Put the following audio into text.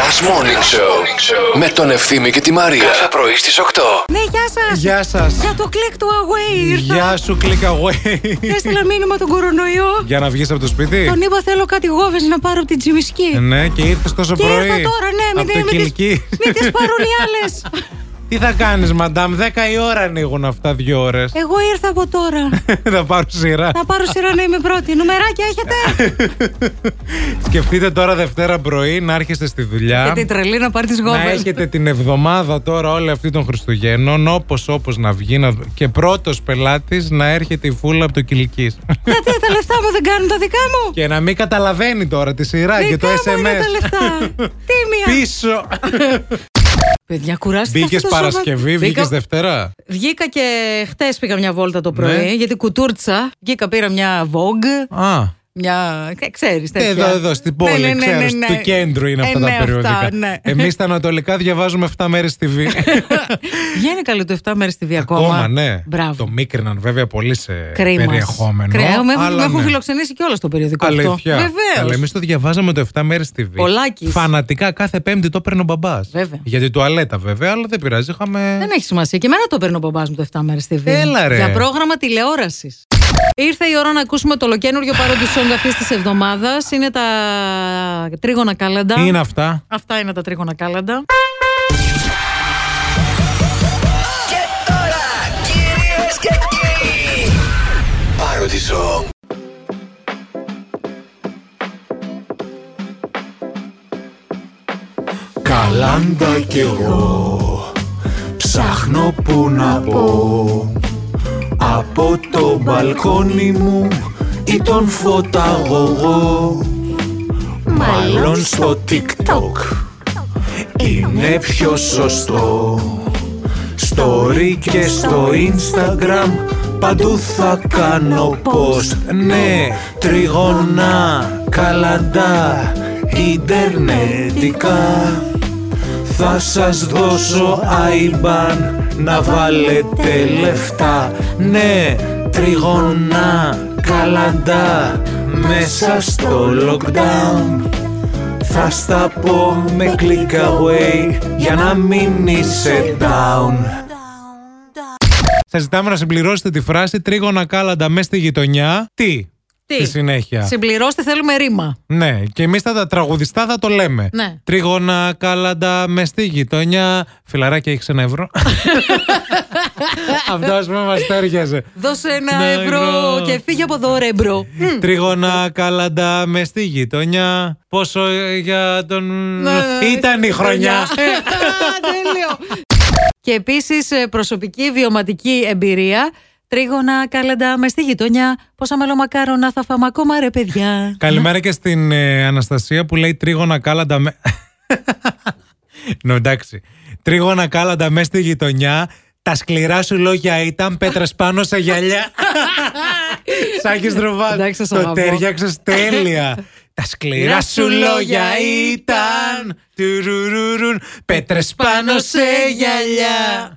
Last Morning Show με τον Ευθύμη και τη Μαρία. Κάθε πρωί στις 8. Ναι, γεια σας. Γεια σας. Για το click του away ήρθα. Γεια σου, click away. Έστειλα μήνυμα τον κορονοϊό. Για να βγεις από το σπίτι. Τον είπα θέλω κάτι γόβες να πάρω από την τσιμισκή. Ε. Ναι, και ήρθες τόσο Και πρωί. ήρθα τώρα, ναι, μην από το τις- κυλκί. μην τις πάρουν οι άλλες. Τι θα κάνεις, μαντάμ, 10 η ώρα ανοίγουν αυτά, δύο ώρες. Εγώ ήρθα από τώρα. θα πάρω σειρά. Να πάρω σειρά να είμαι πρώτη. Νουμεράκια έχετε. Σκεφτείτε τώρα Δευτέρα πρωί να έρχεστε στη δουλειά. Και την τρελή να πάρει τις Ε, Να γόβες. έχετε την εβδομάδα τώρα όλη αυτή των Χριστουγέννων, όπως όπως να βγει. να- Και πρώτος πελάτης να έρχεται η φούλα από το κυλική. Γιατί τα λεφτά μου δεν κάνουν τα δικά μου. και να μην καταλαβαίνει τώρα τη σειρά και το Δικά μου είναι SMS. τα λεφτά. Τίμια. Πίσω. Παιδιά, κουράστηκα. Μπήκες αυτό το σώμα. Παρασκευή, Μπήκα- βγήκες Δευτέρα. Βγήκα και χτες πήγα μια βόλτα το πρωί, Ναι. γιατί κουτούρτσα. Βγήκα, πήρα μια Vogue. Α. Μια. ξέρει. Ε, Εδώ, εδώ, στην πόλη, ξέρω, στο κέντρο είναι αυτά τα περιοδικά. Ε, ναι. Εμείς τα ανατολικά διαβάζουμε 7 μέρε TV. Βγαίνει καλή το 7 μέρε TV ακόμα. Ακόμα, ναι. Μπράβο. Το μίκριναν βέβαια πολύ σε Κρίμα. περιεχόμενο. Κρίμα. Με έχουν, αλλά με έχουν ναι. φιλοξενήσει κιόλα το περιοδικό Αλήθεια. αυτό. Αλλά Βεβαίω. εμείς το διαβάζαμε το 7 μέρε TV. Πολλάκις. Φανατικά κάθε Πέμπτη το παίρνει ο μπαμπάς. Βέβαια. Για την τουαλέτα βέβαια, αλλά δεν πειράζει. Είχαμε. Δεν έχει σημασία. Και εμένα το παίρνω ο μπαμπάς μου το 7 μέρε TV. Έλα, ρε. Για πρόγραμμα τηλεόρασης. Ήρθε η ώρα να ακούσουμε το ολοκένουργιο παρόντι σόγκ αυτή της εβδομάδας. Είναι τα τρίγωνα κάλαντα. Τι είναι αυτά. Αυτά είναι τα τρίγωνα κάλαντα. Και τώρα, κυρίες και κύριοι, Parody Song. Καλάντα κι εγώ Ψάχνω που να πω Από το μπαλκόνι μου Ή τον φωταγωγό Μάλλον στο TikTok Είναι πιο σωστό Story και στο Instagram Παντού θα κάνω post Ναι, τριγωνά, καλαντά Ιντερνετικά θα σας δώσω άιμπαν να βάλετε λεφτά Ναι, τριγωνά, καλαντά Μέσα στο lockdown Θα στα πω με click away Για να μην είσαι down Σας ζητάμε να συμπληρώσετε τη φράση τρίγωνα κάλαντα μέσα στη γειτονιά. Τι. Τι? Στη συνέχεια. Συμπληρώστε, θέλουμε ρήμα. Ναι, και εμείς τα, τα τραγουδιστά θα το λέμε. Ναι. Τρίγωνα, κάλαντα, μες στη γειτονιά. Φιλαράκια, έχεις ένα ευρώ. Αυτό ας πούμε μας τέριαζε. Δώσε ένα Ναι, ευρώ ευρώ. και φύγε από εδώ, ρε μπρο. Μμ. Τρίγωνα, κάλαντα, μες στη γειτονιά. Πόσο ε, για τον. ναι, Ε, Ήταν η χρονιά. Ε, Τέλειο. Και επίσης προσωπική βιωματική εμπειρία. Τρίγωνα, κάλαντα, με στη γειτονιά. Πόσα μελομακάρονα θα φάμε ακόμα, ρε παιδιά. Καλημέρα και στην ε, Αναστασία που λέει τρίγωνα κάλαντα με. Νο, εντάξει. Τρίγωνα κάλαντα μέσα στη γειτονιά. Τα σκληρά σου λόγια ήταν πέτρες πάνω σε γυαλιά. Σάκη Δρουβά. Εντάξει, σας Το αγαπώ. τέριαξες τέλεια. Τα σκληρά σου λόγια ήταν. τουρουρουρουν, πέτρες πάνω σε γυαλιά.